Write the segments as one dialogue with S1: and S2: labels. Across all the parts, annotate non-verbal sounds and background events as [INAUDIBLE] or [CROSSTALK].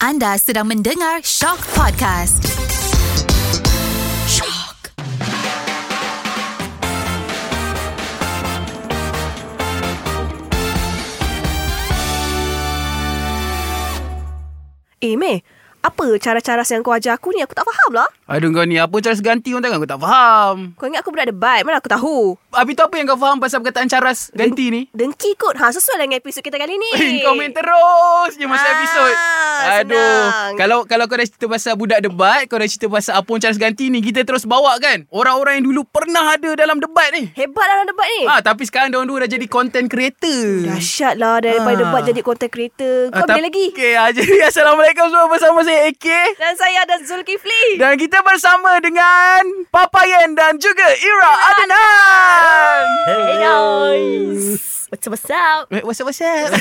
S1: Anda sedang mendengar Shock Podcast. Shock.
S2: Eh, Meh. Apa cara-cara yang kau ajar aku ni? Aku tak faham lah.
S3: Aduh kau ni, apa cara seganti pun tangan aku tak faham.
S2: Kau ingat aku budak debat. Mana aku tahu.
S3: Habis tu apa yang kau faham pasal perkataan caras ganti ni?
S2: Dengki kot. Ha, sesuai dengan episod kita kali ni.
S3: Eh, [LAUGHS] kau main terus je masa
S2: Ah,
S3: episod. Aduh.
S2: senang.
S3: Kalau kalau kau dah cerita pasal budak debat, kau dah cerita pasal apa cara ganti ni, kita terus bawa kan? Orang-orang yang dulu pernah ada dalam debat ni.
S2: Hebat lah dalam debat ni.
S3: Ah, tapi sekarang dia orang dua dah jadi content creator.
S2: Dahsyat lah daripada
S3: Ah.
S2: debat jadi content creator. Kau boleh lagi.
S3: Okay, ah, [LAUGHS] jadi Assalamualaikum semua bersama saya AK.
S2: Dan saya ada Zulkifli.
S3: Dan kita bersama dengan Papayen dan juga Ira Adnan.
S4: Hey guys What's up, what's up?
S3: Eh, What's up, what's up?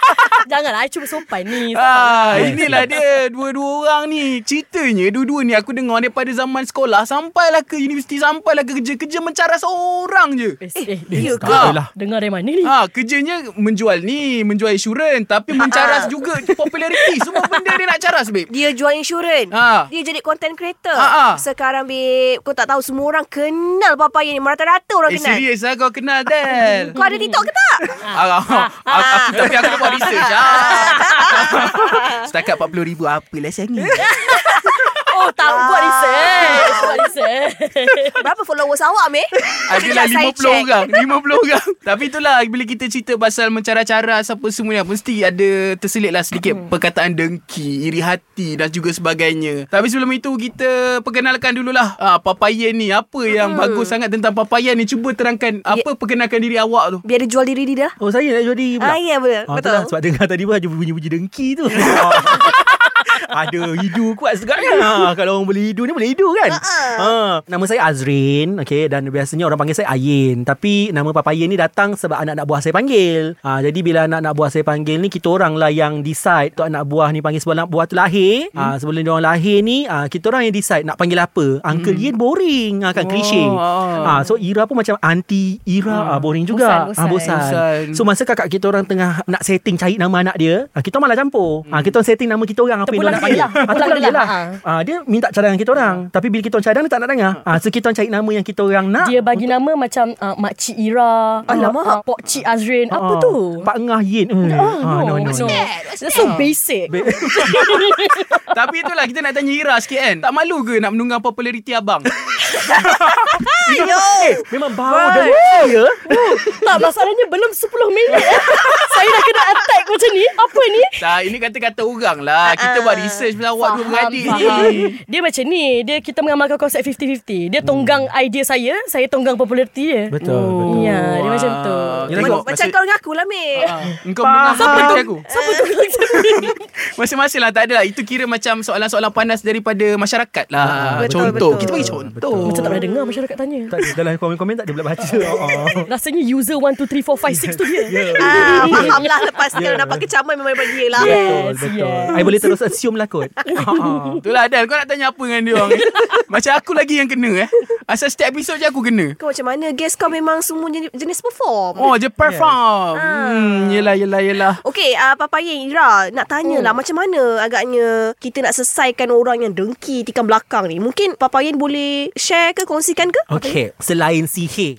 S4: [LAUGHS] Janganlah, I cuba sopan ni
S3: Ah, inilah dia dua-dua orang ni. Ceritanya dua-dua ni aku dengar daripada zaman sekolah sampailah ke universiti, sampailah ke kerja-kerja mencara seorang je.
S4: Eh, eh,
S2: Ya
S4: dengar-
S2: ke?
S4: Dengar dari mana ni?
S3: Ha, kerjanya menjual ni, menjual insurans tapi mencaras juga populariti. Semua benda dia nak caras, babe.
S2: Dia jual insurans.
S3: Ah.
S2: Dia jadi content creator.
S3: Ah, ah.
S2: Sekarang, babe. Kau tak tahu semua orang kenal Papa yang ni. Merata-rata orang
S3: Eh,
S2: kenal.
S3: serius lah kau kenal, Del.
S2: Kau ada TikTok ke tak?
S3: Ah, ah, ah, aku, tapi aku buat research [LAUGHS] ah. Setakat RM40,000 apalah sangat [LAUGHS]
S4: Oh, tak buat research Buat research
S2: Berapa followers awak, Meh? Sekejap
S3: Adalah
S2: saya
S3: 50
S2: check.
S3: lah orang 50 orang [LAUGHS] Tapi itulah Bila kita cerita pasal Mencara-cara Apa semua ni ah, Mesti ada Terselit lah sedikit Perkataan dengki Iri hati Dan juga sebagainya Tapi sebelum itu Kita perkenalkan dululah ah, Papayan ni Apa yang bagus sangat Tentang papayan ni Cuba terangkan Apa perkenalkan diri awak tu
S2: Biar dia jual diri dia dah.
S5: Oh saya nak jadi pula
S2: Ah, ya, betul.
S5: Ah,
S2: betul.
S5: itulah, Sebab dengar tadi pun ada bunyi-bunyi dengki
S3: [LAUGHS]
S5: tu [LAUGHS] Ada hidu kuat sekarang ha, Kalau orang boleh hidu ni boleh hidu kan ha, Nama saya Azrin okay, Dan biasanya orang panggil saya Ayin Tapi nama Papa Ayin ni datang Sebab anak-anak buah saya panggil ha, Jadi bila anak-anak buah saya panggil ni Kita orang lah yang decide tu Anak buah ni panggil sebelum anak buah tu lahir ha, Sebelum dia orang lahir ni ha, Kita orang yang decide nak panggil apa Uncle Yin boring ha, Kan cliche ha, So Ira pun macam Auntie Ira ha, Boring juga
S4: Bosan,
S5: Ah,
S4: bosan.
S3: Bosan.
S5: So masa kakak kita orang tengah nak setting cari nama anak dia, ah, kita malah campur. Hmm. Ah, kita orang setting nama kita orang apa
S4: Terpulang
S5: yang dia
S4: dia
S5: nak
S4: lah.
S5: panggil. Ah, terpulang dia lah.
S4: Ha.
S5: Ah, dia minta cadangan kita orang. Tapi bila kita orang cadang dia tak nak dengar. Ah, so kita orang cari nama yang kita orang nak.
S4: Dia bagi nama macam uh, Makcik Ira
S2: Alamak.
S4: uh, Pok Cik Azrin Apa
S5: Ah,
S4: tu?
S5: Pak Ngah Yin. Eh, ah, no, no, no.
S4: That's so basic
S3: Tapi itulah Kita nak tanya Ira sikit kan Tak malu ke Nak menunggang populariti abang
S2: Ayo.
S5: Memang bau dengki ya.
S4: Tak masalahnya belum 10 minit Saya dah kena attack macam ni Apa ni?
S3: Tak ini kata-kata orang lah Kita buat research Pasal awak dua beradik [LAUGHS]
S4: Ah, faham.
S3: ni
S4: Dia macam ni Dia kita mengamalkan konsep 50-50 Dia tonggang idea saya Saya tonggang populariti dia
S5: Betul, betul.
S4: Ya dia macam tu
S3: Yelah,
S2: Macam
S3: kau- maksud-
S2: kau dengan aku lah, Meh.
S3: Engkau mengaku diri aku
S4: Siapa tu
S3: [LAUGHS] Masing-masing lah tak ada lah Itu kira macam soalan-soalan panas daripada masyarakat lah
S2: Betul,
S3: Contoh
S2: betul.
S3: Kita bagi contoh
S4: Macam tak pernah dengar masyarakat tanya
S5: Tak ada dalam komen-komen tak ada pula baca. Ah, ah.
S4: Rasanya user 1, 2, 3, 4, 5, 6 tu
S5: [LAUGHS]
S4: dia
S5: Ya.
S2: Ah, faham lah lepas ni kalau dapat kecaman memang daripada dia lah.
S5: Betul,
S4: Yes,
S5: betul.
S4: yes.
S5: I boleh terus assume lah [LAUGHS] kot. Ah, ah.
S3: Itulah Adal lah, Kau nak tanya apa dengan dia orang [LAUGHS] ni? Macam aku lagi yang kena eh Asal setiap episod je aku kena
S2: Kau macam mana? Guess kau memang semua jenis, jenis perform.
S3: Oh je perform
S4: Ah.
S3: hmm, Yelah yelah yelah
S2: Okey, uh, Papa Yin, Ira, nak tanya
S5: Hmm.
S2: lah macam mana agaknya kita nak selesaikan orang yang dengki tikam belakang ni. Mungkin Papa Yin boleh share ke, kongsikan ke?
S5: Okay, selain sihir.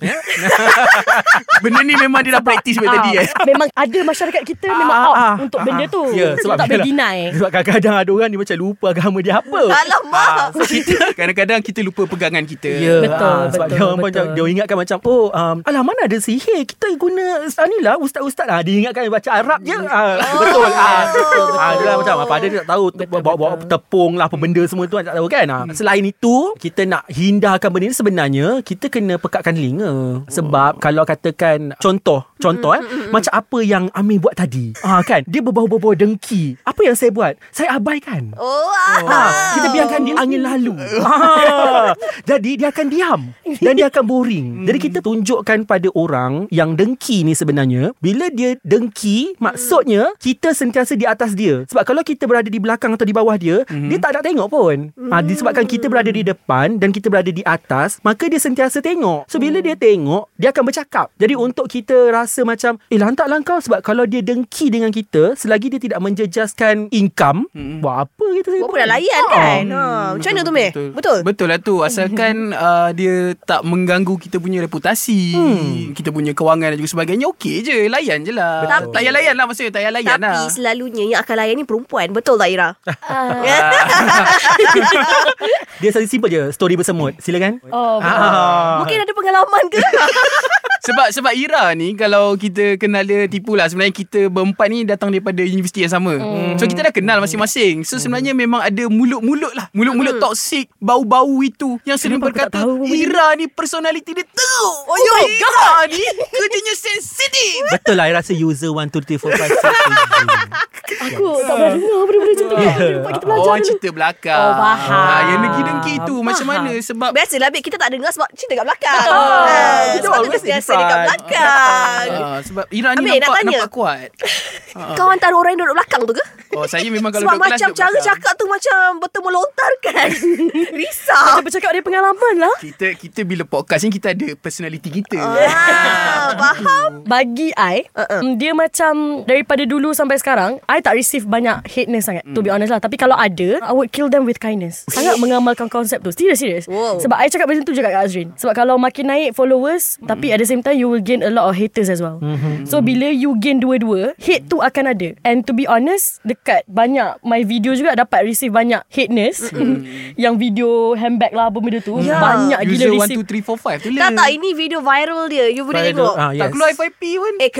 S3: Benda ni memang dia dah praktis Sebab tadi eh
S4: Ah, Memang ada masyarakat kita
S5: Ah,
S4: memang out untuk benda tu.
S5: Ya,
S4: Kita
S5: sebab
S4: tak boleh
S5: biarlah. [LAUGHS]
S4: deny.
S5: Sebab kadang-kadang ada orang dia macam lupa agama dia
S2: [LAUGHS]
S5: apa.
S4: Ah.
S2: Alamak.
S3: So, kita, Kadang-kadang kita lupa pegangan kita
S5: Ya,
S4: Betul,
S5: ah, sebab
S4: betul,
S5: dia orang pun
S4: betul.
S5: macam- dia orang ingatkan macam oh um, alah mana ada sihir kita guna ah, ni lah ustaz-ustaz lah dia ingatkan baca Arab je ah, [LAUGHS] betul ah, betul, ah, dia lah macam apa ada dia tak tahu betul, bawa, bawa tepung lah apa benda semua tu tak tahu kan ah. selain itu kita nak hindarkan benda ni sebenarnya kita kena pekatkan telinga sebab kalau katakan contoh contoh eh macam apa yang Amir buat tadi ah kan dia berbau-bau dengki apa yang saya buat saya abaikan
S2: Oh, ah.
S5: Ha, kita biarkan di angin lalu. Ha. Jadi dia akan diam dan dia akan boring. Jadi kita tunjukkan pada orang yang dengki ni sebenarnya bila dia dengki maksudnya kita sentiasa di atas dia. Sebab kalau kita berada di belakang atau di bawah dia, mm-hmm. dia tak nak tengok pun. Mm. Ha, disebabkan kita berada di depan dan kita berada di atas, maka dia sentiasa tengok. So bila dia tengok, dia akan bercakap. Jadi untuk kita rasa macam, "Eh, lantaklah kau sebab kalau dia dengki dengan kita, selagi dia tidak menjejaskan income, mm-hmm. buat apa kita
S2: Buat apa nak layan
S5: Oh.
S2: kan ha. Macam mana tu Meh Betul,
S3: Betul Betul lah tu
S4: [LAUGHS]
S3: Asalkan uh, dia tak mengganggu kita punya reputasi hmm. Kita punya kewangan dan juga sebagainya Okey je Layan je lah
S2: Betul.
S3: Tak payah layan lah maksudnya Tak payah layan
S2: Tapi
S3: lah
S2: selalunya yang akan layan ni perempuan Betul tak Ira?
S5: Ah. [LAUGHS] Dia selalu simple je, story bersemut. Silakan.
S4: Oh,
S2: [LAUGHS]
S5: Ah.
S2: Mungkin ada pengalaman ke?
S3: Sebab sebab Ira ni Kalau kita kenal dia Tipu lah Sebenarnya kita berempat ni Datang daripada universiti yang sama
S4: Hmm.
S3: So kita dah kenal masing-masing So sebenarnya memang ada mulut-mulut lah Mulut-mulut toksik Bau-bau itu Yang sering
S4: Hmm. Kenapa aku tak
S3: berkata
S4: tahu benda ni?
S3: Ira ni personality dia teruk Oh,
S2: my
S3: Ira ni Kerjanya sensitif
S5: Betul lah I rasa user 1, 2, 3,
S4: [LAUGHS]
S5: 4, 5, 6, 7
S4: aku
S5: ah.
S4: tak pernah dengar benda-benda macam tu.
S5: Ya.
S4: Lepas kita belajar
S3: Orang
S4: dulu.
S3: cerita belakang
S4: Oh, faham.
S3: Ah, Yang dengki-dengki tu Macam
S4: Faham.
S3: mana Sebab
S2: Biasalah Beb Kita tak dengar sebab cerita kat belakang
S4: Betul.
S2: Ah,
S5: Kita
S2: Sebab tu
S5: always
S2: terbiasa
S5: in front.
S2: dekat belakang
S3: ah, Sebab Ira ni
S2: Amir, Eh. nak
S3: nampak,
S2: tanya.
S3: nampak kuat
S2: Kau antara orang yang duduk belakang tu ke?
S3: Oh saya memang kalau
S2: Sebab
S3: duduk kelas
S2: macam
S3: duduk
S2: cara
S3: belakang.
S2: cakap tu macam betul melontar kan Risau
S4: Dia bercakap dari pengalaman lah.
S3: kita kita bila podcast ni kita ada personality kita.
S2: ah, Faham?
S4: Bagi I
S2: Uh-uh.
S4: uh-uh. Dia macam Daripada dulu sampai sekarang I tak receive banyak Hateness sangat To be
S2: Hmm.
S4: honest lah Tapi kalau ada I would kill them
S2: [LAUGHS]
S4: with kindness Sangat mengamalkan konsep tu Serius serius
S2: Wow.
S4: Sebab I cakap macam tu juga kat Azrin Sebab kalau makin naik followers
S2: Hmm.
S4: Tapi at the same time You will gain a lot of haters as well
S2: Mm-hmm.
S4: So bila you gain dua-dua Hate tu akan ada And to be honest Dekat banyak My video juga dapat receive banyak Hateness
S2: Mm-hmm.
S4: [LAUGHS] Yang video handbag lah Apa benda tu
S2: Ya.
S4: Banyak gila
S3: User
S4: receive
S3: 12345 tu lah.
S2: Tak tak ini video viral dia You boleh tengok
S5: Ah,
S3: Tak
S5: yes.
S3: keluar FYP pun.
S2: Eh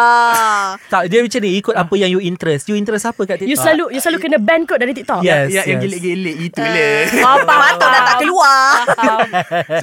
S2: keluar
S5: Tak, dia macam ni ikut apa yang you interest. You interest apa kat TikTok?
S4: You selalu You
S2: Ah.
S4: selalu kena ban kot dari TikTok
S5: Yes,
S3: Ya, yang
S5: yes.
S3: gelik-gelik itu
S2: [LAUGHS]
S3: lah.
S2: Apa patut dah tak keluar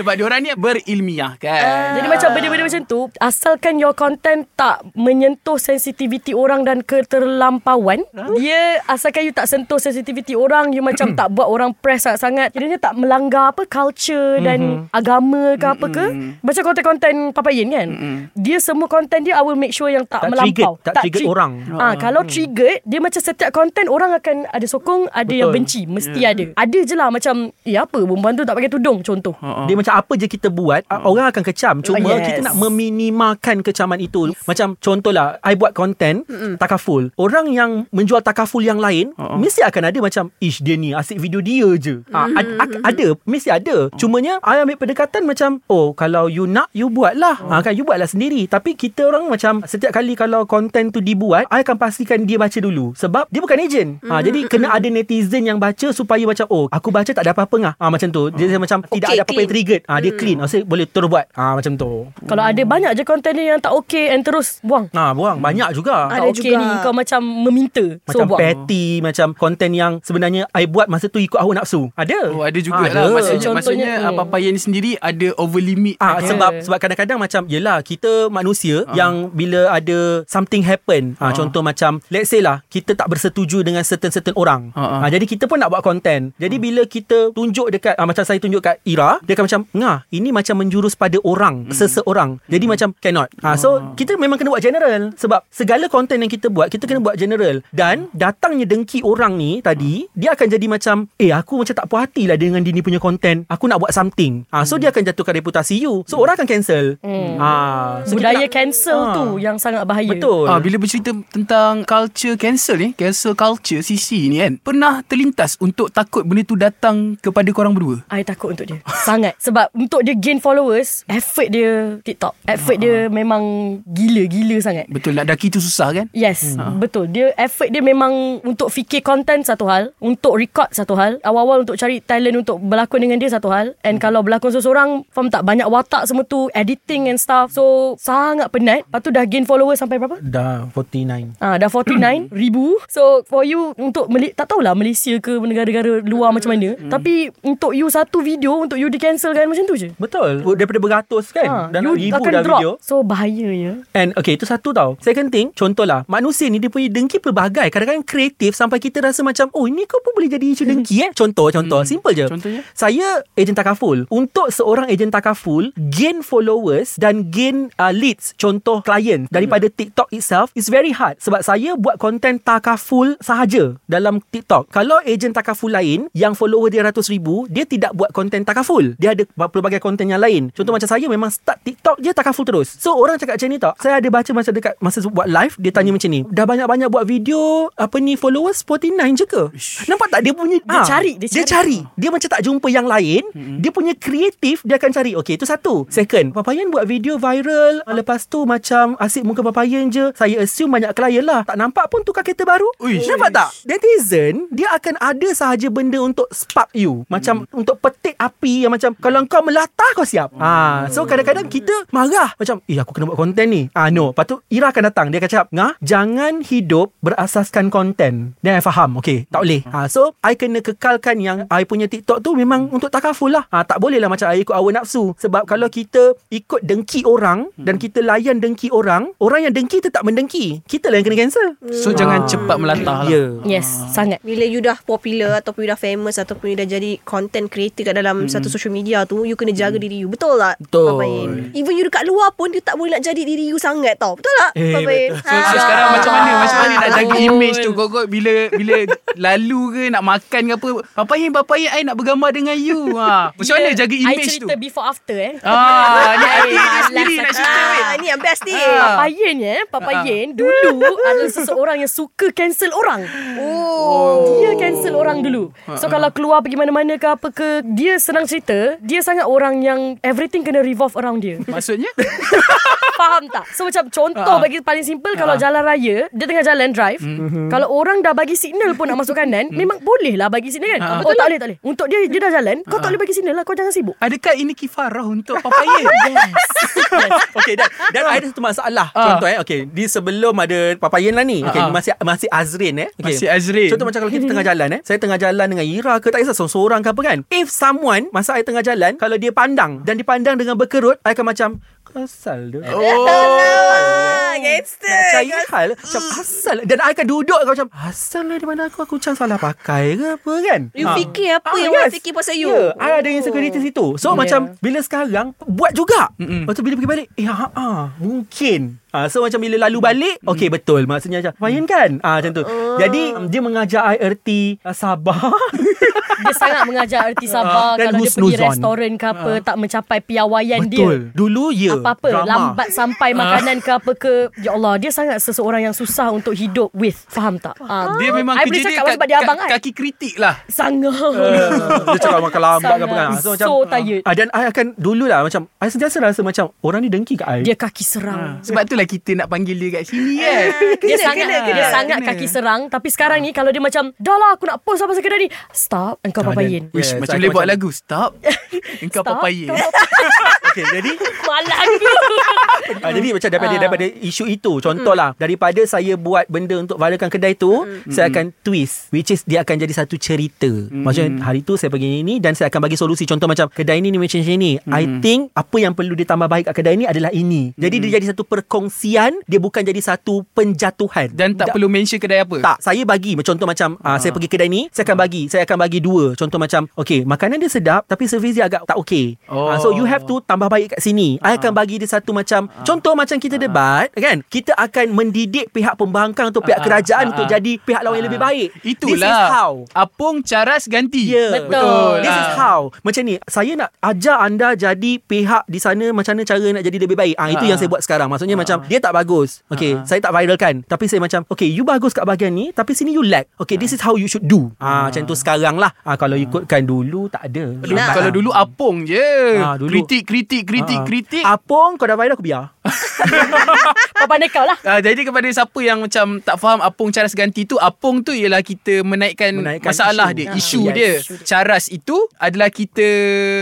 S3: Sebab diorang ni berilmiah
S2: Ah.
S3: kan.
S4: Jadi macam benda-benda macam tu Asalkan your content tak menyentuh sensitiviti orang dan keterlampauan Dia asalkan you tak sentuh sensitiviti orang You
S5: [CLEARS THROAT]
S4: macam tak buat orang press sangat-sangat Kiranya tak melanggar apa culture dan
S5: Mhm.
S4: agama ke apa ke Macam konten-konten Papayin kan Dia semua konten dia I will make sure yang tak,
S5: Tak
S4: melampau
S5: triggered, tak triggered
S4: tri-
S5: orang. mm.
S4: Ah, Kalau triggered Dia macam setiap konten orang akan ada sokong Ada yang benci Mesti ada Ada je lah macam Eh apa perempuan tu tak pakai tudung contoh
S5: Dia macam apa je kita buat uh Orang akan kecam Cuma
S4: Oh, Yes.
S5: yes. kita nak meminimalkan kecaman itu Macam contohlah I buat konten mm Takaful Orang yang menjual takaful yang lain
S2: Uh-uh.
S5: uh Mesti akan ada macam Ish dia ni asyik video dia je Ah,
S2: Mm-hmm.
S5: ad- ak- Ada Mesti ada
S2: Oh.
S5: Cumanya I ambil pendekatan macam Oh kalau you nak You buat lah
S2: Oh.
S5: ha, kan, You buat lah sendiri Tapi kita orang macam Setiap kali kalau konten tu dibuat I akan pastikan dia baca dulu Sebab dia bukan ejen
S2: Mm-hmm.
S5: ha, Jadi kena ada netizen yang baca Supaya macam Oh aku baca tak ada apa-apa ngah ha, Macam tu Dia macam Tidak
S2: Oh. Okay,
S5: ada apa-apa yang
S2: clean.
S5: triggered ah dia clean maksudnya boleh terus buat ah macam tu
S4: Kalau ada banyak je konten dia yang tak okay and terus buang.
S5: ah buang banyak juga
S2: Ah,
S4: Tak
S2: Ada
S4: okay
S2: juga.
S4: ni kau macam meminta. so
S5: macam
S4: buang.
S5: petty macam konten yang sebenarnya I buat masa tu ikut hawa nafsu ada
S3: Oh ada juga
S5: Ada.
S3: lah Maksudnya,
S4: Contohnya,
S3: maksudnya
S4: hmm.
S3: Papa Yan ni sendiri Ada over limit Kan?
S5: Ah
S3: Ada. Ah.
S5: sebab sebab kadang-kadang macam yelah kita manusia yang bila ada something happen ah contoh macam let's say lah kita tak bersetuju dengan certain-certain orang
S3: Ah, ah.
S5: ah jadi kita pun nak buat konten jadi bila kita tunjuk dekat ah, macam saya tunjuk kat Ira dia akan macam ngah ini macam menjurus pada orang seseorang jadi macam cannot ah so kita memang kena buat general sebab segala konten yang kita buat kita kena buat general dan datangnya dengki orang ni tadi dia akan jadi macam eh aku macam tak puas hati lah dengan dia ni punya konten aku nak buat something ah so dia akan jatuhkan reputasi you so orang akan cancel ah so kita
S4: Budaya
S5: nak-
S4: cancel
S5: Ah.
S4: tu yang sangat bahaya.
S5: betul
S3: Ah, bila bercerita tentang culture cancel ni, cancel culture CC ni kan, pernah terlintas untuk takut benda tu datang kepada korang berdua?
S4: I takut untuk dia [LAUGHS] Sangat Sebab untuk dia gain followers Effort dia TikTok Effort dia memang Gila-gila sangat
S3: Betul nak daki tu susah kan?
S4: Yes hmm. Betul Dia effort dia memang Untuk fikir content satu hal Untuk record satu hal Awal-awal untuk cari talent Untuk berlakon dengan dia satu hal And kalau berlakon seseorang Faham tak Banyak watak semua tu Editing and stuff So Sangat penat Lepas tu dah gain followers Sampai berapa?
S5: dah 49
S4: Ah, dah
S5: [CLEARS THROAT]
S4: 49 ribu So for you Untuk Mali- Tak tahulah Malaysia ke Negara-negara luar macam mana
S5: Hmm.
S4: Tapi Untuk you satu video Untuk you di cancel kan Macam tu je
S5: Betul Daripada beratus
S4: Ha,
S5: kan Dah
S4: you
S5: nak ribu ribu
S4: akan
S5: dah
S4: drop.
S5: video.
S4: So bahaya ya.
S5: And okay itu satu tau Second thing Contohlah Manusia ni dia punya dengki pelbagai Kadang-kadang kreatif Sampai kita rasa macam Oh ini kau pun boleh jadi isu dengki eh Contoh contoh
S3: Hmm.
S5: Simple je
S3: Contohnya?
S5: Saya ejen takaful Untuk seorang ejen takaful Gain followers Dan gain uh, leads Contoh klien Daripada
S4: Hmm.
S5: TikTok itself It's very hard Sebab saya buat konten takaful sahaja Dalam TikTok Kalau ejen takaful lain Yang follower dia ratus ribu Dia tidak buat konten takaful Dia ada pelbagai konten yang lain
S4: Hmm.
S5: Contoh macam saya Memang start TikTok je takaful terus So orang cakap macam ni tau Saya ada baca masa dekat Masa buat live Dia
S4: Hmm.
S5: tanya macam ni Dah banyak-banyak buat video Apa ni followers 49 je ke
S3: Ish.
S5: Nampak tak dia punya
S4: Dia
S5: ah,
S4: cari, dia
S5: Dia cari Dia macam tak jumpa yang lain Dia punya kreatif Dia akan cari Okay itu satu Second Papayan buat video viral
S3: Ah.
S5: Lepas tu macam Asyik muka Papayan je Saya assume banyak klien lah Tak nampak pun tukar kereta baru
S3: Uish.
S5: Nampak tak? Netizen Dia akan ada sahaja benda Untuk spark you Macam
S3: Mm.
S5: untuk petik api Yang macam Kalau kau melatah kau siap
S3: Oh.
S5: ah, So kadang-kadang kita marah Macam Eh aku kena buat konten ni ah, No Lepas tu Ira akan datang Dia akan cakap Ngah Jangan hidup Berasaskan konten Then I faham Okay tak boleh ah, So I kena kekalkan Yang I punya TikTok tu Memang untuk takaful lah ah, Tak boleh lah macam I ikut hawa nafsu Sebab kalau kita Ikut dengki orang Dan kita layan dengki orang Orang yang dengki Tetap mendengki Kita lah yang kena cancel
S3: So jangan cepat melatah lah.
S5: Ah. Ya yeah.
S4: Yes, sangat.
S2: bila you dah popular ataupun you dah famous ataupun you dah jadi content creator kat dalam hmm. satu social media tu you kena jaga hmm. diri you betul tak
S5: Betul.
S2: Papain? even you dekat luar pun you tak boleh nak jadi diri you sangat tau betul tak
S5: Eh,
S2: Papain?
S5: betul.
S3: So,
S4: Ah.
S3: so
S2: Ha.
S3: sekarang macam mana Macam
S2: Ah,
S3: mana nak jaga
S4: Betul.
S3: image tu Kau kau bila Bila lalu ke Nak makan ke apa Papayin Papayin I nak bergambar dengan you ha. Macam mana jaga
S4: Ya. I
S3: image tu
S4: cerita before after eh.
S3: Ah, ni
S4: [LAUGHS]
S3: idea dia
S4: Malas
S3: sendiri nak
S4: aku.
S3: cerita weh.
S2: Ah, ni yang best ni
S4: Papa Yen ya Papa
S5: Ah,
S4: Yen dulu adalah seseorang yang suka cancel orang
S2: oh
S4: Dia cancel orang dulu
S5: Ah,
S4: So kalau keluar pergi mana-mana ke apa ke Dia senang cerita Dia sangat orang yang Everything kena revolve around dia
S3: Maksudnya
S4: [LAUGHS] Faham tak? So macam contoh
S3: Ah.
S4: bagi paling simple Kalau jalan raya Dia tengah jalan drive Kalau orang dah bagi signal pun nak masuk kanan Memang boleh lah bagi signal kan Oh tak boleh tak boleh Untuk dia dia dah jalan Kau tak boleh bagi signal lah Kau jangan sibuk
S3: Adakah ini kifarah Untuk
S4: [LAUGHS]
S3: Papayin
S5: [LAUGHS] okay dan dan ada satu masalah
S3: Ah.
S5: contoh eh okay di sebelum ada papayan lah ni okay
S3: Ah, ah.
S5: masih masih Azrin eh okay.
S3: Masih Azrin.
S5: contoh macam kalau kita tengah jalan eh saya tengah jalan dengan Ira ke tak kisah seorang ke apa kan if someone masa saya tengah jalan kalau dia pandang dan dipandang dengan berkerut saya akan macam Kasal dia oh,
S2: Ah,
S5: Nak
S2: gangster
S5: cari hal Macam asal Dan I akan duduk Aku macam Asal lah di mana aku Aku macam salah pakai ke apa kan
S2: You
S5: Ah.
S2: fikir apa
S5: Ah,
S2: yang orang fikir pasal you? Oh. Ya.
S5: yeah, I ada insecurity situ
S4: Yeah.
S5: So yeah. macam Bila sekarang Buat juga
S3: Mm-mm.
S5: Mm-mm. Lepas tu bila pergi balik Eh ha, ha Mungkin ha, So macam bila lalu balik Okay betul Maksudnya macam Fahin kan ha, Macam tu
S2: Oh.
S5: Jadi Dia mengajar I erti uh, Sabar
S4: [LAUGHS] Dia sangat mengajar erti sabar
S5: Dan
S4: Kalau dia pergi
S5: husnuzon.
S4: restoran ke apa Tak mencapai piawaian dia
S5: Betul [LAUGHS] Dulu ya
S4: apa-apa
S5: drama.
S4: lambat sampai makanan ke apa ke ya Allah dia sangat seseorang yang susah untuk hidup with faham tak Ah,
S3: Dia memang
S4: I
S3: kerja
S4: boleh
S3: dia
S4: cakap
S3: ka-
S4: sebab dia
S3: ka-
S4: abang kan
S3: Kaki kritik lah
S4: sangat
S5: [LAUGHS] Ah. Dia cakap makan lambat ke apa kan
S4: Sangat. So tired.
S5: ah, Dan I akan Dululah macam I sentiasa rasa macam Orang ni dengki kat I
S4: dia kaki serang
S3: Sebab itulah kita nak panggil dia kat sini kan
S4: dia
S2: Kena,
S4: sangat
S2: kena, kena.
S4: dia sangat kaki serang tapi sekarang ni kalau dia macam dah lah aku nak post apa sekedar ni stop engkau
S5: Jangan.
S4: papayin [LAUGHS]
S5: Yes,
S3: Wish, macam
S5: aku
S3: boleh buat
S5: macam-
S3: lagu Stop Engkau
S4: Stop.
S3: Papayin
S5: okay, Jadi
S4: malang [LAUGHS] aku
S5: Ah, jadi macam daripada,
S4: Ah.
S5: daripada isu itu Contohlah Daripada saya buat benda untuk viralkan kedai tu Saya akan twist Which is dia akan jadi satu cerita Maksudnya hari tu saya pergi ini Dan saya akan bagi solusi Contoh macam Kedai ni ni macam macam ni I think apa yang perlu dia tambah baik kat kedai ni adalah ini Jadi dia jadi satu perkongsian Dia bukan jadi satu penjatuhan
S3: Dan tak
S5: Da-
S3: perlu mention kedai apa
S5: tak, saya bagi contoh macam uh,
S3: Ah.
S5: saya pergi kedai ni, saya akan bagi, saya akan bagi dua. Contoh macam, okey, makanan dia sedap tapi servis dia agak tak okey.
S3: Oh. Ah.
S5: Oh. Uh, so you have to tambah baik kat sini. I akan bagi dia satu macam contoh macam kita debat, kan? Kita akan mendidik pihak pembangkang atau pihak
S3: Ah,
S5: kerajaan
S3: ah,
S5: untuk
S3: ah.
S5: jadi pihak lawan yang lebih baik.
S3: Itulah
S5: This is how.
S3: Apung caras ganti
S5: Ya.
S4: Betul. Betul.
S5: This is
S3: Ah.
S5: how. Macam ni, saya nak ajar anda jadi pihak di sana macam mana cara nak jadi lebih baik. Ah itu
S3: Ah.
S5: yang saya buat sekarang. Maksudnya macam dia tak bagus. Okay, saya tak viralkan. Tapi saya macam, okay, you bagus kat bahagian ni tapi sini you lack. Okay, this is how you should do. Ah macam tu sekarang lah. Ah kalau ikutkan dulu tak ada.
S3: Dulu,
S2: Yelah.
S3: kalau dulu apung je.
S5: Ah, dulu.
S3: Kritik, kritik, kritik,
S5: Ah.
S3: kritik.
S5: Apung kau dah viral aku biar.
S4: pandai kau lah
S3: Ah, jadi kepada siapa yang macam tak faham apung caras ganti tu, apung tu ialah kita menaikkan,
S5: Menaikkan
S3: masalah
S5: isu.
S3: dia,
S5: Ah,
S3: isu
S5: yes.
S3: dia. Caras itu adalah kita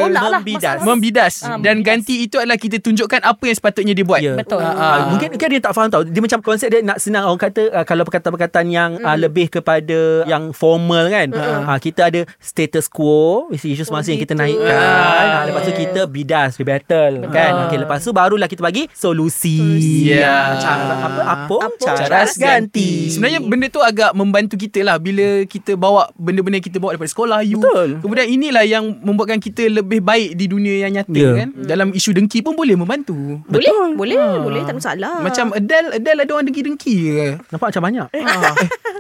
S4: Tolak lah
S5: membidas.
S4: masalah.
S3: membidas
S4: Ah,
S3: dan
S4: membidas.
S3: ganti itu adalah kita tunjukkan apa yang sepatutnya dia buat.
S5: Ya.
S4: Betul.
S3: Ah, ah.
S5: Ah. Mungkin mungkin dia tak faham tau. Dia macam konsep ah, dia nak senang orang kata uh, kalau perkataan-perkataan yang mm. uh, lebih kepada yang formal kan. Mm. Uh, kita ada status quo Isi isu semasa yang kita naikkan ha, Lepas tu kita bidas Rebuttal kan okay, Lepas tu barulah kita bagi Solusi
S3: Ya.
S5: Cara apa, apa,
S3: Caras ganti. Sebenarnya benda tu agak membantu kita lah bila kita bawa benda-benda yang kita bawa daripada sekolah you.
S5: Betul.
S3: Kemudian inilah yang membuatkan kita lebih baik di dunia yang nyata
S5: Ya.
S3: yeah. kan. Dalam isu dengki pun boleh membantu.
S2: Boleh, boleh, boleh tak ada masalah.
S3: Macam Adele, Adele ada orang dengki-dengki ke?
S5: Nampak macam banyak
S3: Eh,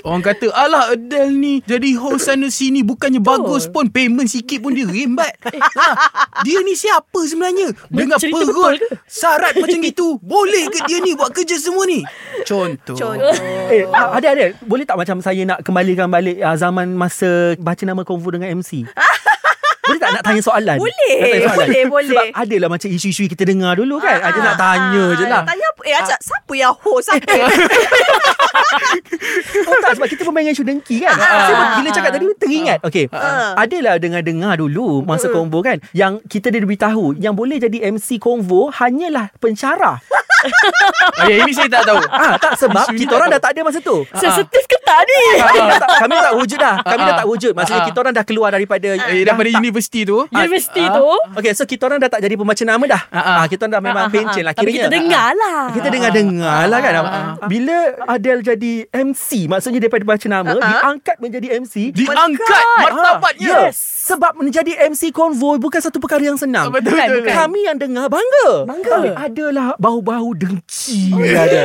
S3: orang kata Alah Adele ni Jadi host sana sini Bukannya bagus pun Payment sikit pun dia rimbat ha, Dia ni siapa sebenarnya Dengan
S4: Cerita betul
S3: perut
S4: ke?
S3: Syarat macam gitu Boleh ke dia ni Buat kerja semua ni Contoh,
S2: Contoh.
S5: Eh, ah, ada ada. Boleh tak macam saya nak kembalikan balik ah, zaman masa baca nama konvo dengan
S3: [LAUGHS]
S5: MC? Boleh tak nak tanya soalan?
S2: Boleh,
S5: Nak tanya soalan?
S2: boleh, boleh.
S5: Sebab adalah macam isu-isu kita dengar dulu kan.
S3: Ah,
S5: Ada nak tanya je lah.
S2: Ah, Tanya apa? Eh, ajak, siapa yang host? Siapa?
S5: Oh tak sebab kita pun main dengan isu dengki
S3: Ah,
S5: kan. Saya pun bila cakap tadi teringat. Okey. Adalah dengar-dengar dulu masa
S3: Ah.
S5: konvo kan yang kita dia beritahu yang boleh jadi MC konvo hanyalah pencarah.
S3: Ah, ya, Ini saya tak tahu
S5: Ah tak sebab
S3: Isu ni
S5: kita
S3: tak
S5: orang
S3: tahu.
S5: dah tak ada masa tu. Ah,
S4: Sensitif ke tak ni?
S5: Kami dah tak, kami dah tak wujud dah. Kami dah
S3: Ah.
S5: tak wujud. Maksudnya
S3: Ah.
S5: kita orang dah keluar daripada
S3: eh,
S5: dah
S3: Daripada universiti tu
S4: Universiti tu.
S5: Ah. Okay so kita orang dah tak jadi pembaca nama dah
S3: Ah, ah.
S5: ah, Kita orang dah memang
S4: Oh. Ah, ah,
S5: pencen lah
S4: Tapi
S5: kiranya
S4: kita dengar lah.
S5: Ah, Kita dengar-dengar lah kan Bila Adele jadi MC Maksudnya daripada baca nama Diangkat menjadi MC
S3: Diangkat martabatnya
S5: Ya, Sebab menjadi MC konvoi Bukan satu perkara yang senang Kan?
S3: Betul,
S4: Bukan,
S3: betul,
S4: bukan.
S3: betul.
S5: Kami yang dengar bangga
S4: Bangga.
S5: Tapi adalah bau-bau dengki dia ada.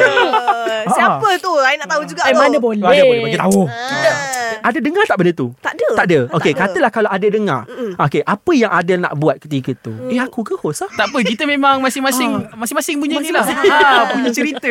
S2: Siapa tu? Saya nak tahu juga tu.
S4: Eh, mana boleh.
S5: Ada boleh bagi tahu
S2: Ah.
S5: Ada dengar tak benda tu?
S2: Tak ada.
S5: Tak ada. Okey,
S2: Tak ada.
S5: katalah kalau ada dengar. Okey, apa yang ada nak buat ketika tu? Eh, aku ke host ah?
S3: Tak apa kita memang masing-masing Masing-masing punya ni lah ha, Punya cerita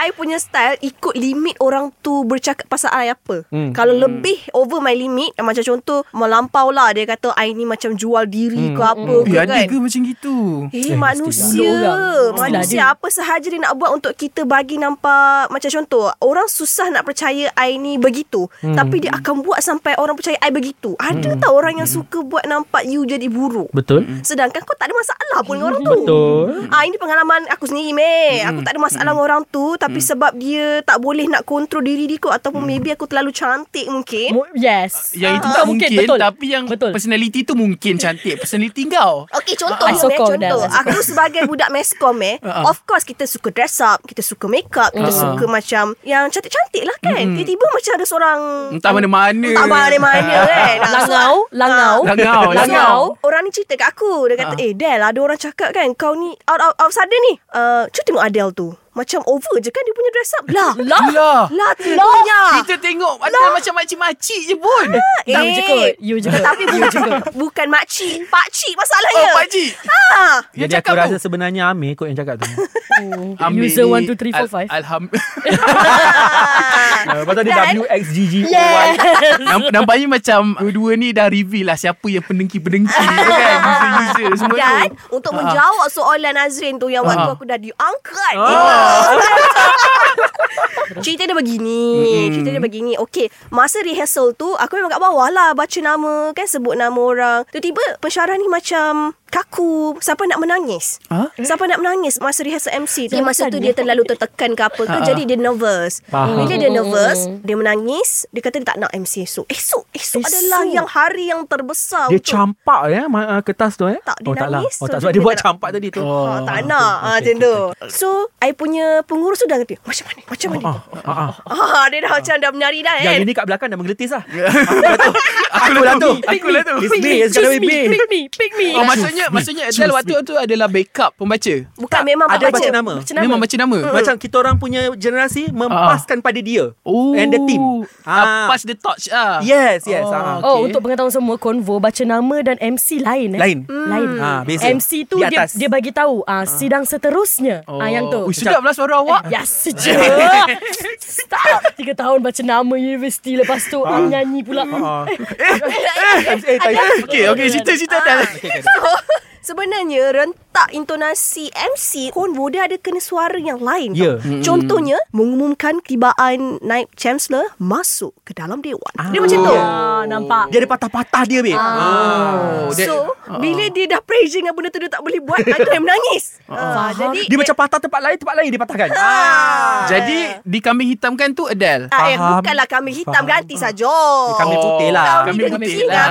S2: I punya style ikut limit orang tu bercakap pasal I apa. Hmm.
S5: Hmm.
S2: Kalau lebih over my limit, eh, macam contoh melampau lah dia kata I ni macam jual diri hmm. ke apa hmm.
S3: Eh
S2: ke
S3: ada
S2: kan.
S3: ke macam gitu
S2: Eh,
S5: Eh,
S2: eh
S4: mesti
S2: manusia
S4: lah. Mesti lah
S2: Manusia apa sahaja dia nak buat Untuk kita bagi nampak Macam contoh Orang susah nak percaya I ni begitu hmm. Tapi dia akan buat Sampai orang percaya I begitu Ada hmm. tau orang yang suka Buat nampak you jadi buruk
S5: Betul.
S2: Sedangkan kau tak ada masalah pun dengan orang tu
S5: Betul.
S2: Ah ini pengalaman aku sendiri meh. Aku tak ada masalah dengan orang tu tapi sebab dia tak boleh nak kontrol diri dia kot ataupun maybe aku terlalu cantik mungkin.
S4: Mu- Yes.
S3: Yang itu
S4: Ah,
S3: tak mungkin,
S4: Betul.
S3: Tapi yang
S4: betul.
S3: personality tu mungkin cantik Personality kau
S2: Okey contoh
S4: I
S2: ni meh
S4: sokong
S2: contoh.
S4: dah, I sokong.
S2: Aku sebagai budak meskom eh. Of course kita suka dress up, kita suka make up, kita
S3: Ah.
S2: suka macam yang cantik-cantik lah kan. Tiba-tiba macam ada seorang
S3: Entah mana-mana
S2: tak mana-mana kan. Ah, so-
S4: Langau, langau.
S3: Langau, langau.
S2: So, orang ni cerita kat aku Dia kata Eh Del ada orang cakap kan Kau ni Out of, out of sudden ni uh, Cuba tengok Adele tu Macam over je kan Dia punya dress up Lah Lah
S3: Lah
S2: Lah tentunya
S3: Kita tengok Ada macam makcik-makcik je pun
S2: Lah,
S4: You je kot, you je kot,
S2: Tapi bukan Bukan makcik Pakcik masalahnya [LAUGHS]
S3: Oh [LAUGHS] pakcik
S2: ya. Ah.
S3: Dia
S5: Jadi
S3: cakap
S5: aku
S3: tu.
S5: rasa sebenarnya Amir kot yang cakap tu.
S3: Ambil
S4: User
S3: ni,
S4: one, two, three, four,
S3: al-
S4: five.
S3: [LAUGHS] Alhamdulillah
S5: Ah, Lepas tu dia
S2: Dan-
S5: WXGGOY.
S3: Namp- Nampaknya macam Dua-dua ni dah reveal lah Siapa yang pendengki-pendengki tu kan
S2: [LAUGHS]
S3: User-user semua
S2: Dan
S3: tu
S2: untuk menjawab soalan Azrin tu yang waktu
S3: Ah.
S2: aku dah diangkat. [LAUGHS] cerita dia begini. Cerita dia begini. Okey, masa rehearsal tu aku memang kat bawah lah baca nama kan sebut nama orang. Tiba-tiba pensyarah ni macam kaku. Siapa nak menangis?
S3: Ha?
S2: Siapa nak menangis masa rehearsal MC tu? Masa tu
S4: Perasan
S2: dia
S4: dia.
S2: terlalu tertekan ke apa
S3: Ha,
S2: ke jadi dia nervous.
S5: Faham.
S2: Bila dia nervous, dia menangis, dia kata dia tak nak MC esok. Esok, esok, adalah
S4: Esok.
S2: yang hari yang terbesar
S5: Dia
S2: untuk-
S5: campak ya ma- ah, kertas tu eh.
S2: Tak, dia
S5: oh taklah.
S2: nangis.
S5: Oh tak
S2: So,
S5: sebab
S2: dia
S5: dia buat
S2: tak-
S5: campak tadi tu.
S2: Oh,
S3: Oh,
S2: tak nak okay, okay, Macam tu So I punya pengurus tu dah kata Macam mana Macam mana
S5: Ah, ah, ah.
S2: ah, Dia dah macam dah menyari dah kan
S5: Yang ini kat belakang dah menggeletis lah. [LAUGHS] Aku lah tu. Aku lah tu. It's me. It's gonna
S4: Choose
S5: be me.
S4: me, pick me, pick me.
S3: Oh maksudnya Maksudnya Adele waktu tu adalah backup pembaca
S2: Bukan memang
S5: Ada
S2: baca
S5: baca nama. Hmm.
S3: Memang baca nama
S5: Macam kita orang punya generasi mempaskan pada dia
S3: Oh
S5: and the team.
S3: ah. Pass the torch ah.
S5: Yes, yes.
S3: Oh,
S5: ah.
S4: Oh, untuk pengetahuan semua konvo baca nama dan MC lain eh.
S5: Lain.
S4: Lain.
S5: Hmm. Ah, beza.
S4: MC tu
S5: Di
S4: dia
S5: atas. Oh.
S4: dia bagi tahu ah sidang seterusnya. Ah yang
S3: Oh.
S4: tu.
S3: Ui, sedaplah suara awak. [LAUGHS]
S4: Ya sejuk Stop Tiga tahun baca nama universiti Lepas tu ah. nyanyi pula
S5: Ah. Eh, eh, eh, eh, eh,
S3: Okey, okey, cerita cerita dah.
S2: So, Sebenarnya rent letak intonasi MC pun boleh ada kena suara yang lain.
S5: Ya.
S2: tau. Contohnya mengumumkan tibaan naib chancellor masuk ke dalam dewan. Dia macam tu.
S4: Ah, nampak.
S5: Dia ada Ah. patah-patah dia, babe.
S3: Oh, that,
S2: So,
S5: Ah.
S2: bila dia dah pressure dengan benda tu dia tak boleh buat, I tu yang
S5: [LAUGHS]
S2: menangis. Ah, jadi
S5: Dia macam patah tempat lain, tempat lain dia patahkan. Ah.
S3: jadi di kambing hitam kan tu Adele. Oh,
S2: Ah, eh,
S5: Faham.
S2: bukanlah kami hitam
S5: Faham.
S2: ganti saja.
S5: Kambing putih lah.
S2: Kambing
S3: Kambing putih
S2: putih
S3: lah.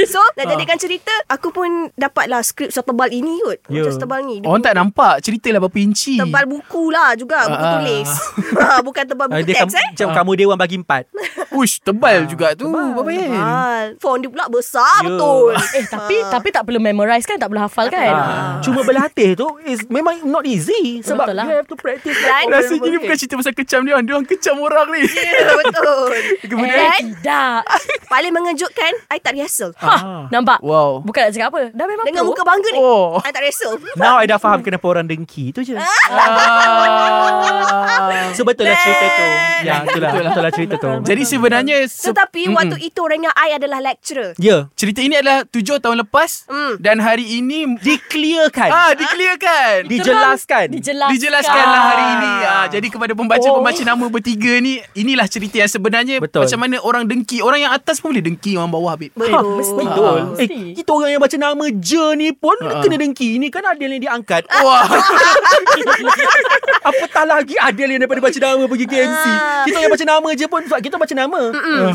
S2: lah. [LAUGHS] so, nak jadikan cerita, aku pun dapatlah skrip setebal ini kot.
S5: Ya.
S2: Macam setebal ni. Dia
S3: Oh, Orang tak nampak Ceritalah berapa inci
S2: Tebal buku lah juga Buku
S3: Ah.
S2: tulis Ah, Bukan tebal
S5: Ah,
S2: buku teks
S5: dia kam-
S2: eh
S5: macam kamu dewan bagi empat.
S3: Ush
S5: Ah,
S3: tebal juga tu Berapa kan
S2: Tebal Font dia pula besar
S5: Ya.
S2: betul
S4: Eh tapi tapi tak perlu memorize kan tak perlu hafal kan.
S5: Ah. Cuma berlatih tu is memang not easy sebab
S4: Betul lah.
S5: you have to practice. [LAUGHS]
S2: Dan-
S3: Rasanya ni bukan cerita pasal kecam dia orang. Dia orang kecam orang ni
S2: Ya, Betul
S4: Eh,
S2: Kemudian
S4: tidak.
S2: Paling mengejutkan I tak rehearsal
S5: Ah.
S4: Nampak?
S3: Wow.
S4: Bukan nak cakap apa. Dah memang
S2: Dengan
S4: pro.
S2: muka bangga ni
S3: Oh.
S2: I tak rehearsal
S5: Now I dah faham kenapa orang dengki tu je.
S3: Ah.
S5: Ah. So betul lah cerita tu. Ya, betul lah, betul lah cerita tu.
S3: Jadi sebenarnya se-
S2: Tetapi waktu itu orangnya I adalah lecturer
S5: ya,
S3: Cerita ini adalah Tujuh tahun lepas
S5: Hmm.
S3: Dan hari ini
S5: diclearkan,
S3: Ah, diclearkan
S5: dijelaskan.
S4: Dijelaskan.
S3: Dijelaskanlah hari ini ah, Jadi kepada
S5: Oh.
S3: pembaca-pembaca nama bertiga ni Inilah cerita yang sebenarnya
S5: Betul.
S3: Macam mana orang dengki Orang yang atas pun boleh dengki orang bawah babe.
S5: Ha,
S2: Betul
S5: mesti betul. Eh, kita orang yang baca nama je ni pun kena dengki. Ini kan Adil yang diangkat.
S3: Wah
S5: Apatah lagi Adil yang daripada baca nama pergi KMC. Kita yang baca nama je pun sebab kita baca nama.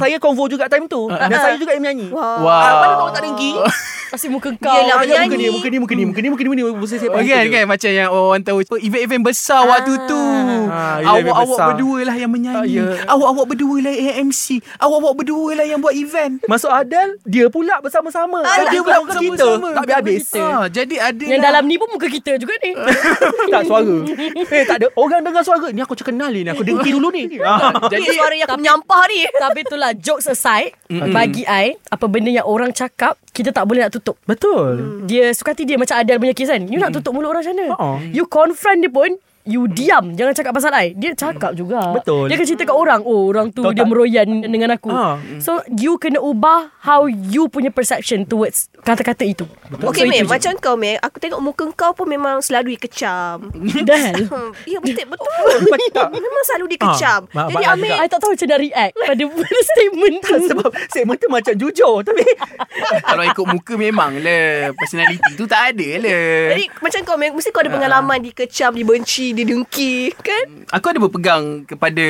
S5: Saya convo juga time tu. Dan saya juga yang menyanyi.
S2: Wah.
S5: Ah,
S3: Wow
S5: Mana tahu tak dengki?
S4: Kasih muka kau.
S2: Yelah,
S5: Ah, ya, muka
S2: menyanyi.
S5: ni, muka ni, muka ni, muka ni, muka ni, muka ni, muka ni, muka
S3: Oh,
S5: ni,
S3: kan, kan macam yang orang tahu oh, event-event besar waktu tu.
S5: Ah, event-event
S3: Awak-awak
S5: besar.
S3: berdua lah yang menyanyi.
S5: Ah,
S3: Awak-awak berdua lah yang MC. Awak-awak berdua lah yang buat event.
S5: Masuk Adal Dia pula bersama-sama
S3: Alah,
S5: Dia pula bukan kita
S3: bersama-sama.
S5: Tak habis-habis
S3: Ah, jadi ada
S4: Yang dalam ni pun muka kita juga ni.
S5: [LAUGHS] Tak suara Eh tak ada Orang dengar suara Ni aku cakap kenal ni Aku dengki dulu ni [LAUGHS] Ah.
S2: Ni suara yang aku menyampah ni
S4: Tapi itulah jokes aside bagi I apa benda yang orang cakap kita tak boleh nak tutup.
S5: Betul
S4: Dia suka hati dia macam Adel punya kes kan. You nak tutup mulut orang macam mana?
S5: Hmm. Ha-ha.
S4: You confront dia pun You diam Jangan cakap pasal I Dia cakap juga
S5: Betul.
S4: Dia akan cerita kat orang Oh orang tu
S5: Kau
S4: Dia
S5: tak-
S4: meroyan dengan aku
S5: Ha.
S4: So you kena ubah How you punya perception Towards kata-kata itu
S5: [LAUGHS]
S2: Okay
S4: so,
S2: Mel
S4: itu je.
S2: Macam kau Mel Aku tengok muka kau pun memang selalu dikecam
S4: Dah hell
S2: Hmm, Ya betul betul Memang selalu dikecam
S5: Ah,
S2: Jadi
S5: banyak
S2: Amir
S5: juga.
S4: I tak tahu macam nak react
S5: [LAUGHS]
S4: Pada [LAUGHS] pada statement tu
S5: Sebab segmen tu macam jujur Tapi
S3: Kalau ikut muka memang lah. Personality tu tak ada lah.
S2: Jadi macam kau Mel, Mesti kau ada pengalaman Dikecam, dibenci, didengki Kan?
S3: Aku ada berpegang kepada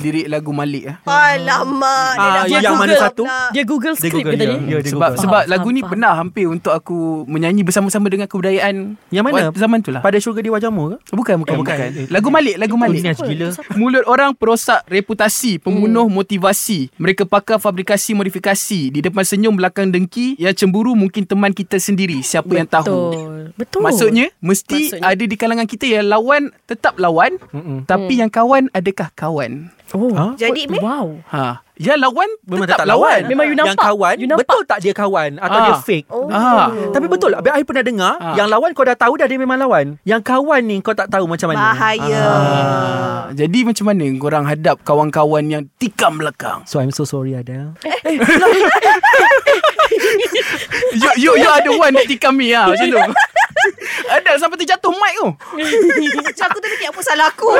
S3: lirik lagu Malik lah.
S2: Alamak dia
S4: ya,
S5: [LAUGHS] Ah,
S2: dah buat
S5: yang mana
S2: gelap
S5: satu?
S2: lah.
S4: Dia google
S5: Dia
S4: script
S5: Google,
S4: dia
S5: ya.
S4: tadi
S5: Ya, dia
S3: sebab
S5: Google.
S3: sebab
S4: Faham,
S3: lagu ni
S4: faham,
S3: pernah hampir untuk aku menyanyi bersama-sama dengan kebudayaan
S5: Yang mana?
S3: Wa- zaman tu lah.
S5: Pada syurga di wajahmu ke?
S3: Bukan bukan,
S5: Eh, bukan. Oh,
S3: bukan Lagu Malik lagu Malik.
S5: Tunas gila
S3: Mulut orang perosak reputasi, pembunuh motivasi. Mereka pakar fabrikasi modifikasi. Di depan senyum belakang dengki, yang cemburu mungkin teman kita sendiri. Siapa yang tahu?
S4: Betul Betul
S3: Maksudnya mesti
S4: Maksudnya.
S3: Maksudnya. ada di kalangan kita yang lawan tetap lawan, Mm-mm. tapi
S4: Mm.
S3: yang kawan adakah kawan?
S4: oh.
S5: Ha?
S2: Jadi Mel
S4: Wow
S3: Ha, yang lawan
S5: Memang
S3: tetap,
S5: tak lawan
S4: Memang you
S5: Yang
S4: nampak.
S5: kawan
S4: You nampak. Oh.
S5: Betul tak dia kawan Atau
S3: Ah.
S5: dia fake
S2: Oh,
S3: Ah,
S5: Tapi betul lah I pernah dengar
S3: Ah.
S5: Yang lawan kau dah tahu Dah dia memang lawan Yang kawan ni Kau tak tahu macam mana
S2: Bahaya
S3: Ah, jadi macam mana korang hadap kawan-kawan yang tikam belakang?
S5: So I'm so sorry Adel
S4: Eh,
S3: You you you are the one that tikam me lah macam tu. [LAUGHS] Ada sampai terjatuh mic tu.
S2: Macam aku tu fikir apa salah aku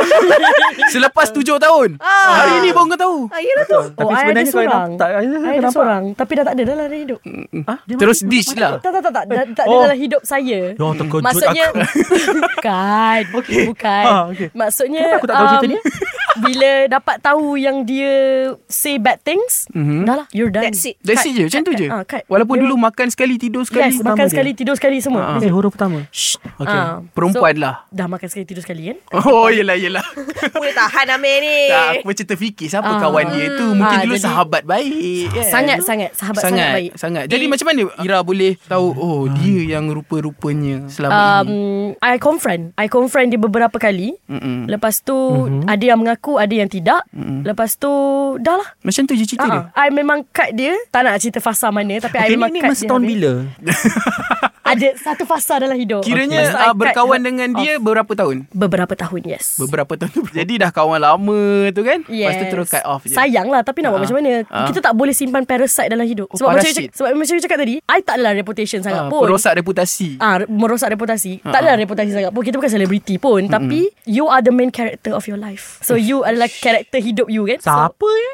S3: Selepas tujuh tahun.
S2: Ah.
S3: Hari ni baru kau tahu.
S2: ah, Yelah tu
S5: Tapi
S4: Oh, I ada
S5: sebenarnya kau
S4: seorang.
S5: nak- tak-
S4: I ada
S5: kenapa?
S4: seorang Tapi dah tak ada dalam hidup
S5: Ah, dia
S3: Terus
S5: mati.
S3: dish lah.
S4: Tak tak tak tak Dah tak ada
S5: Oh.
S4: dalam hidup saya
S5: Ya, terkejut
S4: Maksudnya
S5: aku.
S4: [LAUGHS]
S5: [LAUGHS]
S4: Bukan
S5: Okey.
S4: Bukan
S5: Ha, okey.
S4: Maksudnya um,
S5: Kenapa aku tak tahu cerita ni?
S4: [LAUGHS] Bila dapat tahu yang dia Say bad things mm-hmm. Dah lah You're done
S2: That's it.
S3: That's
S4: Cut,
S3: it je Macam tu
S4: cut,
S3: je
S4: cut. Ah, cut.
S3: Walaupun
S4: Dia-
S3: dulu makan sekali Tidur sekali
S4: Yes makan
S5: dia.
S4: sekali Tidur sekali semua
S5: Eh, huruf pertama
S4: Shh.
S5: Okey.
S4: Ah.
S3: Perempuan
S4: So,
S3: lah [LAUGHS]
S4: Dah makan sekali Tidur sekali kan
S3: Oh yelah yelah
S2: Boleh tahan Amir ni
S3: Tak aku macam terfikir Siapa
S4: Eh. Ah.
S3: kawan dia tu Mungkin
S4: Ah,
S3: dulu
S4: jadi-
S3: sahabat baik kan?
S4: Sangat sangat Sahabat sangat,
S3: sangat,
S4: baik Eh.
S3: sangat. Jadi macam mana Ira boleh tahu Oh dia yang rupa-rupanya Selama ini
S4: um, I confront I confront dia beberapa kali
S3: Mm-mm.
S4: Lepas tu mm-hmm. Ada yang mengaku Ada yang tidak mm-hmm. Lepas tu Dah lah
S3: Macam tu je cerita dia
S4: Uh-huh. I memang cut dia Tak nak cerita fasa mana Tapi I
S5: Okay, ni,
S4: memang
S5: ni
S4: [LAUGHS] cut
S5: masa
S4: dia
S5: tahun
S4: habis.
S5: bila?
S4: I Ada satu fasa dalam hidup.
S3: Kiranya
S4: Fasa
S3: okay. uh,
S4: angkat,
S3: berkawan
S4: help
S3: dengan
S4: off.
S3: dia berapa tahun?
S4: Beberapa tahun, yes.
S3: Beberapa tahun tu Jadi dah kawan lama tu kan Lepas tu terus cut off je
S4: Sayang lah Tapi nak buat
S3: Ah.
S4: macam mana
S3: Ah.
S4: Kita tak boleh simpan parasite dalam hidup
S3: Oh,
S4: Sebab macam you
S3: parasit.
S4: cakap, sebab macam you cakap tadi I tak adalah reputation sangat
S3: Ah,
S4: pun
S3: Perosak reputasi
S4: Ah, merosak reputasi Tak adalah reputasi sangat pun Kita bukan selebriti pun Tapi You are the main character of your life So you adalah karakter hidup you kan So,
S5: Siapa ya?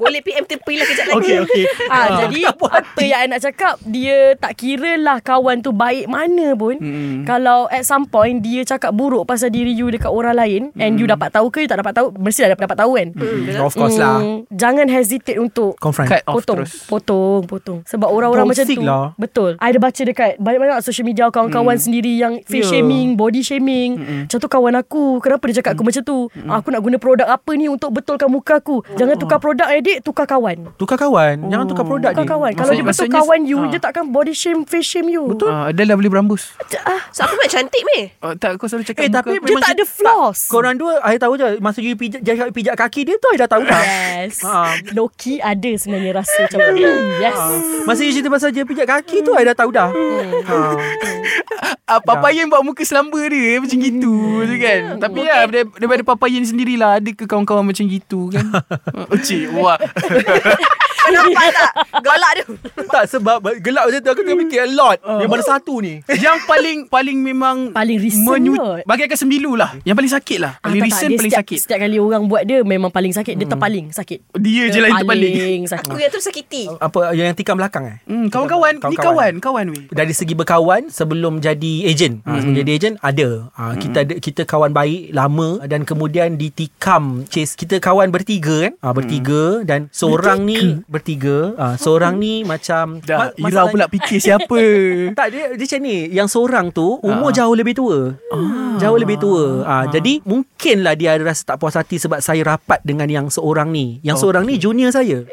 S2: Boleh PM tepi lah kejap lagi
S5: Okey, okey.
S4: Ah, jadi apa yang I nak cakap Dia tak kira lah kawan tu baik mana pun mm. Kalau at some point Dia cakap buruk pasal diri you dekat orang lain mm. And you dapat tahu ke you tak dapat tahu Mesti dah dapat tahu kan mm.
S5: Of course lah.
S4: Jangan hesitate untuk
S5: Confront.
S3: Cut off
S4: potong,
S3: terus
S4: potong, potong. Sebab orang-orang macam
S5: Toxic
S4: tu.
S5: lah.
S4: Betul. I ada baca dekat banyak-banyak social media kawan-kawan hmm. sendiri yang face
S5: Yeah.
S4: yeah. shaming, body shaming. Hmm. Macam tu kawan aku, kenapa dia cakap aku macam tu? Aku nak guna produk apa ni untuk betulkan muka aku? Jangan tukar produk eh dik, tukar kawan.
S5: Tukar kawan. Jangan tukar produk
S4: Oh. Tukar
S5: dia.
S4: kawan. Kalau dia betul
S3: maksudnya-
S4: kawan you,
S3: Ah.
S4: dia takkan body shame, face shame you.
S3: Betul uh, Adele dah beli berambus
S4: Ah,
S2: So aku buat cantik meh
S3: uh, Tak kau selalu cakap
S5: Eh,
S3: muka.
S5: tapi
S4: dia
S5: Memang
S4: tak
S5: kita-
S4: ada flaws.
S5: Korang dua, I tahu je. Masa you pijak, jahit pijak kaki dia tu, I dah tahu dah.
S4: Yes.
S5: Ah.
S4: Loki ada sebenarnya rasa macam ni. Yes.
S5: Masa you cerita pasal dia pijak kaki tu, I dah tahu dah.
S4: Hmm.
S5: Ha.
S3: uh,
S4: Ya.
S3: Papayin buat muka selamba dia eh, Macam gitu
S4: Hmm.
S3: je kan Tapi ya dar- Daripada Papayin sendirilah lah, Ada ke kawan-kawan macam gitu
S4: [LAUGHS]
S3: kan Oh cik Wah
S2: Kau nampak tak Galak dia
S5: [LAUGHS] tak sebab gelap macam tu, aku
S4: Hmm.
S5: tengah fikir a lot.
S4: Oh.
S5: Yang mana satu ni?
S3: Yang paling Paling memang
S4: Paling recent kot.
S3: Bagi akan sembilu lah Yang paling sakit lah
S4: Ah,
S3: Paling
S4: tak, tak.
S3: recent
S4: Dia
S3: paling
S4: setiap,
S3: sakit Hmm.
S4: Setiap kali orang buat dia Memang paling sakit Dia terpaling sakit
S3: Dia je lah yang terpaling
S4: Paling sakit
S2: Aku yang tu sakiti
S5: Apa, yang tikam belakang eh?
S3: Hmm, kawan-kawan, ni kawan, kawan weh.
S5: dari segi berkawan sebelum jadi ejen
S3: Hmm.
S5: ha, sebelum jadi ejen ada ha, kita ada kita kawan baik lama dan kemudian ditikam chase kita kawan bertiga kan ha, bertiga
S3: Hmm.
S5: dan seorang ni bertiga ha, seorang ni macam
S3: Dah,
S5: ma-
S3: Ira pula
S5: masalahnya-
S3: fikir siapa.
S5: tak dia dia macam ni yang seorang tu umur
S3: Ah.
S5: jauh lebih tua jauh lebih tua ha, jadi mungkinlah dia ada rasa tak puas hati sebab saya rapat dengan yang seorang ni yang seorang ni junior saya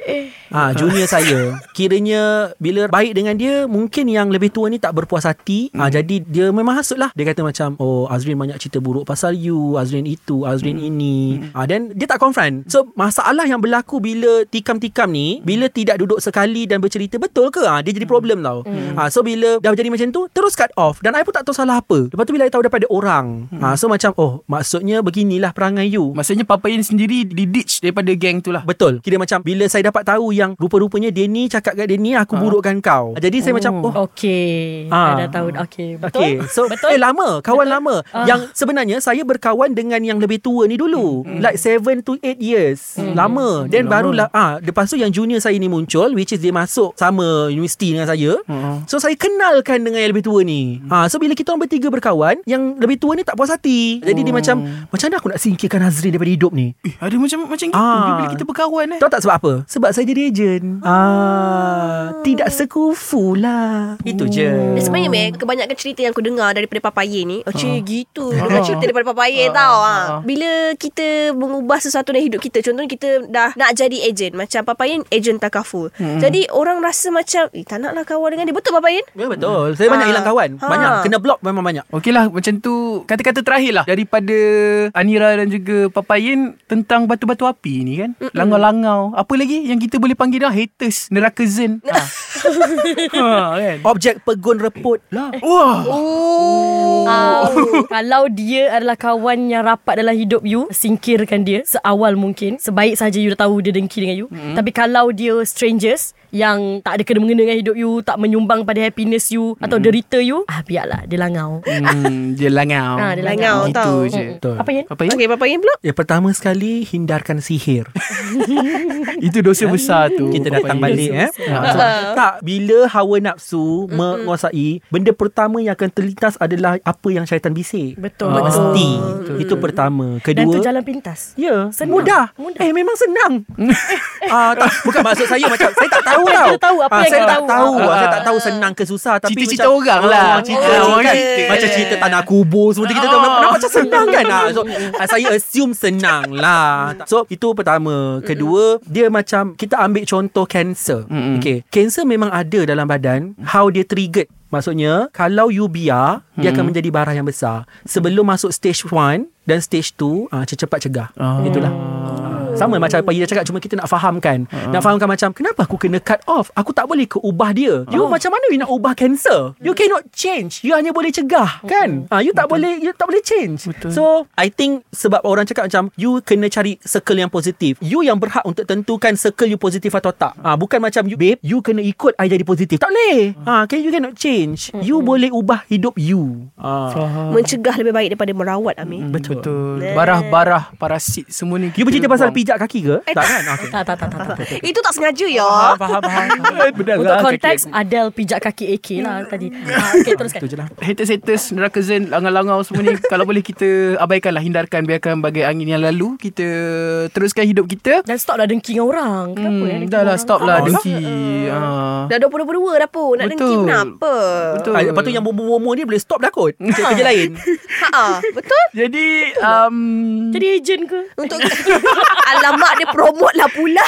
S5: Ah, junior saya. Kiranya bila baik dengan dia, mungkin yang lebih tua ni tak berpuas hati. Ah, jadi dia memang hasut lah. Dia kata macam, "Oh, Azrin banyak cerita buruk pasal you, Azrin itu, Azrin ini." Ah, dan dia tak confront. So, masalah yang berlaku bila tikam-tikam ni, bila tidak duduk sekali dan bercerita, betul ke? Ah, dia jadi problem tau. Ah, so bila dah jadi macam tu, terus cut off dan I pun tak tahu salah apa. Lepas tu bila I tahu daripada orang, ah, so macam, "Oh, maksudnya beginilah perangai you."
S3: [LAUGHS] Maksudnya Papayin sendiri di ditch daripada geng tu lah.
S5: Betul. Kira macam bila saya dapat tahu yang rupa-rupanya dia ni cakap kat dia ni aku ha. burukkan kau. Jadi saya macam oh
S4: Okay
S5: Ah.
S4: ah. Dah tahu Okay betul
S5: Okay So
S4: Betul?
S5: Eh lama Kawan Betul? lama uh. Yang sebenarnya Saya berkawan dengan Yang lebih tua ni dulu mm. Like 7 to 8 years mm. Lama Then lama. barulah ah, Lepas tu yang junior saya ni muncul Which is dia masuk Sama universiti dengan saya
S3: Hmm.
S5: So saya kenalkan Dengan yang lebih tua ni ah, So bila kita orang bertiga berkawan Yang lebih tua ni tak puas hati Jadi dia macam Macam mana aku nak singkirkan Hazrin Daripada hidup ni
S3: Eh, ada macam macam gitu
S5: Ah.
S3: bila kita berkawan eh.
S5: Tahu tak sebab apa? Sebab saya jadi ejen. Ah, tidak sekufu lah. Itu
S2: Dan
S5: je.
S2: sebenarnya meh Kebanyakan cerita yang aku dengar Daripada papaye ni Oh cik gitu Bukan cerita daripada papaye tau ha. Bila kita Mengubah sesuatu dalam hidup kita Contohnya kita dah Nak jadi ejen Macam papaye Ejen takaful Jadi orang rasa macam Eh tak naklah kawan dengan dia Betul papaye
S5: Ya betul. Saya banyak
S2: Ah.
S5: hilang kawan.
S2: Ha.
S5: Banyak. Kena blok memang banyak.
S3: Okey lah macam tu Kata-kata terakhir lah Daripada Anira dan juga Papayin Tentang batu-batu api ni kan Mm-mm. Langau-langau Apa lagi yang kita boleh panggil dah Haters Neraka Zen ha. ha, kan
S5: Objek pegun reput lah.
S3: Wah [LAUGHS]
S4: Ah, Kalau dia adalah kawan Yang rapat dalam hidup you Singkirkan dia Seawal mungkin Sebaik saja you dah tahu Dia dengki dengan you
S3: Hmm.
S4: Tapi kalau dia strangers yang tak ada kena-mengena dengan hidup you Tak menyumbang pada happiness you Atau derita you ah, Biarlah Dia langau
S3: hmm, Dia langau
S4: Ah, dia
S2: langau,
S3: Gitu
S2: tau.
S3: je
S5: Betul.
S4: Apa yang
S3: Papayin
S2: Okay papaye pula
S5: Ya pertama sekali hindarkan sihir.
S3: Itu dosa besar tu Ha,
S5: Kita datang
S3: Papayin.
S5: balik eh.
S4: Ah.
S5: So, tak bila hawa nafsu menguasai, benda pertama yang akan terlintas adalah apa yang syaitan bisik.
S4: Betul
S3: Ah.
S4: Betul
S5: Mesti. Itu pertama.
S4: Dan tu
S5: Kedua
S4: jalan pintas
S5: Ya,
S4: Senang.
S5: mudah.
S4: Mudah.
S5: Eh memang
S4: [LAUGHS]
S5: senang. Ah tak bukan maksud saya macam saya tak tahu
S4: Kita
S5: tau.
S4: tahu apa
S5: Ah,
S4: yang
S5: saya
S4: kita
S5: tak
S4: tahu.
S5: tahu. Ah, saya tak tahu
S4: Ah.
S5: senang ke susah tapi
S3: Cerita-cerita
S5: macam-
S3: orang lah.
S5: Ah, cerita
S3: Oh,
S5: orang kan.
S3: cerita.
S5: Macam cerita tanah kubur semua tu kita tahu
S3: Ah.
S5: nampak, nampak macam senang kan. Ah, so ah, saya assume senang lah. So itu pertama. Kedua, dia macam kita ambil contoh kanser. Okay, kanser memang ada dalam badan how dia triggered Maksudnya Kalau you biar hmm. Dia akan menjadi barah yang besar Sebelum masuk stage 1 Dan stage 2 ah, Cepat-cepat cegah
S3: Ah.
S5: Itulah Ah. Sama macam apa Ida cakap Cuma kita nak fahamkan uh-huh. Nak fahamkan macam Kenapa aku kena cut off Aku tak boleh ke ubah dia You macam mana you nak ubah cancer You cannot change You hanya boleh cegah Kan uh, You tak boleh You tak boleh change
S3: Betul.
S5: So I think Sebab orang cakap macam You kena cari circle yang positif You yang berhak untuk tentukan Circle you positif atau tak uh, Bukan macam you Babe You kena ikut I jadi positif Tak boleh uh, okay, You cannot change You boleh ubah hidup you uh.
S2: Mencegah lebih baik daripada merawat Amir.
S5: Betul.
S3: Betul. Barah-barah parasit semua ni.
S5: You
S3: kita
S5: bercerita pasal
S3: buang.
S5: pijak kaki ke?
S2: Eh,
S5: tak kan? Okay.
S4: Tak, tak, tak, tak. tak.
S2: Ha. Itu tak sengaja ya.
S5: Faham, faham. Benar
S4: Untuk
S3: lah,
S4: konteks Adele pijak kaki AK lah tadi.
S3: Hmm.
S4: Ah, okay, teruskan.
S5: Itu je lah.
S3: haters-haters neraka zen langar-langar semua
S4: [LAUGHS]
S3: ni kalau boleh kita abaikanlah hindarkan biarkan bagai angin yang lalu kita teruskan hidup kita
S4: Dan stop lah dengki dengan orang. Kenapa eh,
S3: hmm,
S4: dengki
S3: dah lah
S4: orang?
S3: stop lah
S5: Tak
S3: dengki Ah.
S2: Dah 22 dah pun. Nak dengki
S3: Betul.
S2: kenapa?
S3: betul
S5: Ah, lepas tu yang bomo-bomo ni boleh stop dah kot. Cari
S3: [LAUGHS]
S5: kerja lain.
S2: Ha, betul.
S3: jadi um,
S4: Jadi ejen ke?
S2: Untuk [LAUGHS] Alamak dia promote lah pula.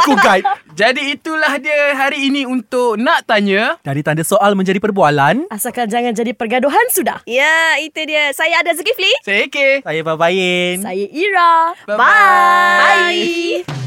S5: Aku guide.
S3: jadi itulah dia hari ini untuk nak tanya
S5: Dari tanda soal menjadi perbualan.
S4: Asalkan jangan jadi pergaduhan sudah.
S2: ya, itu dia. Saya ada Zulkifli.
S3: saya Eke
S5: Saya Babain.
S4: Saya Ira.
S2: Bye. Bye.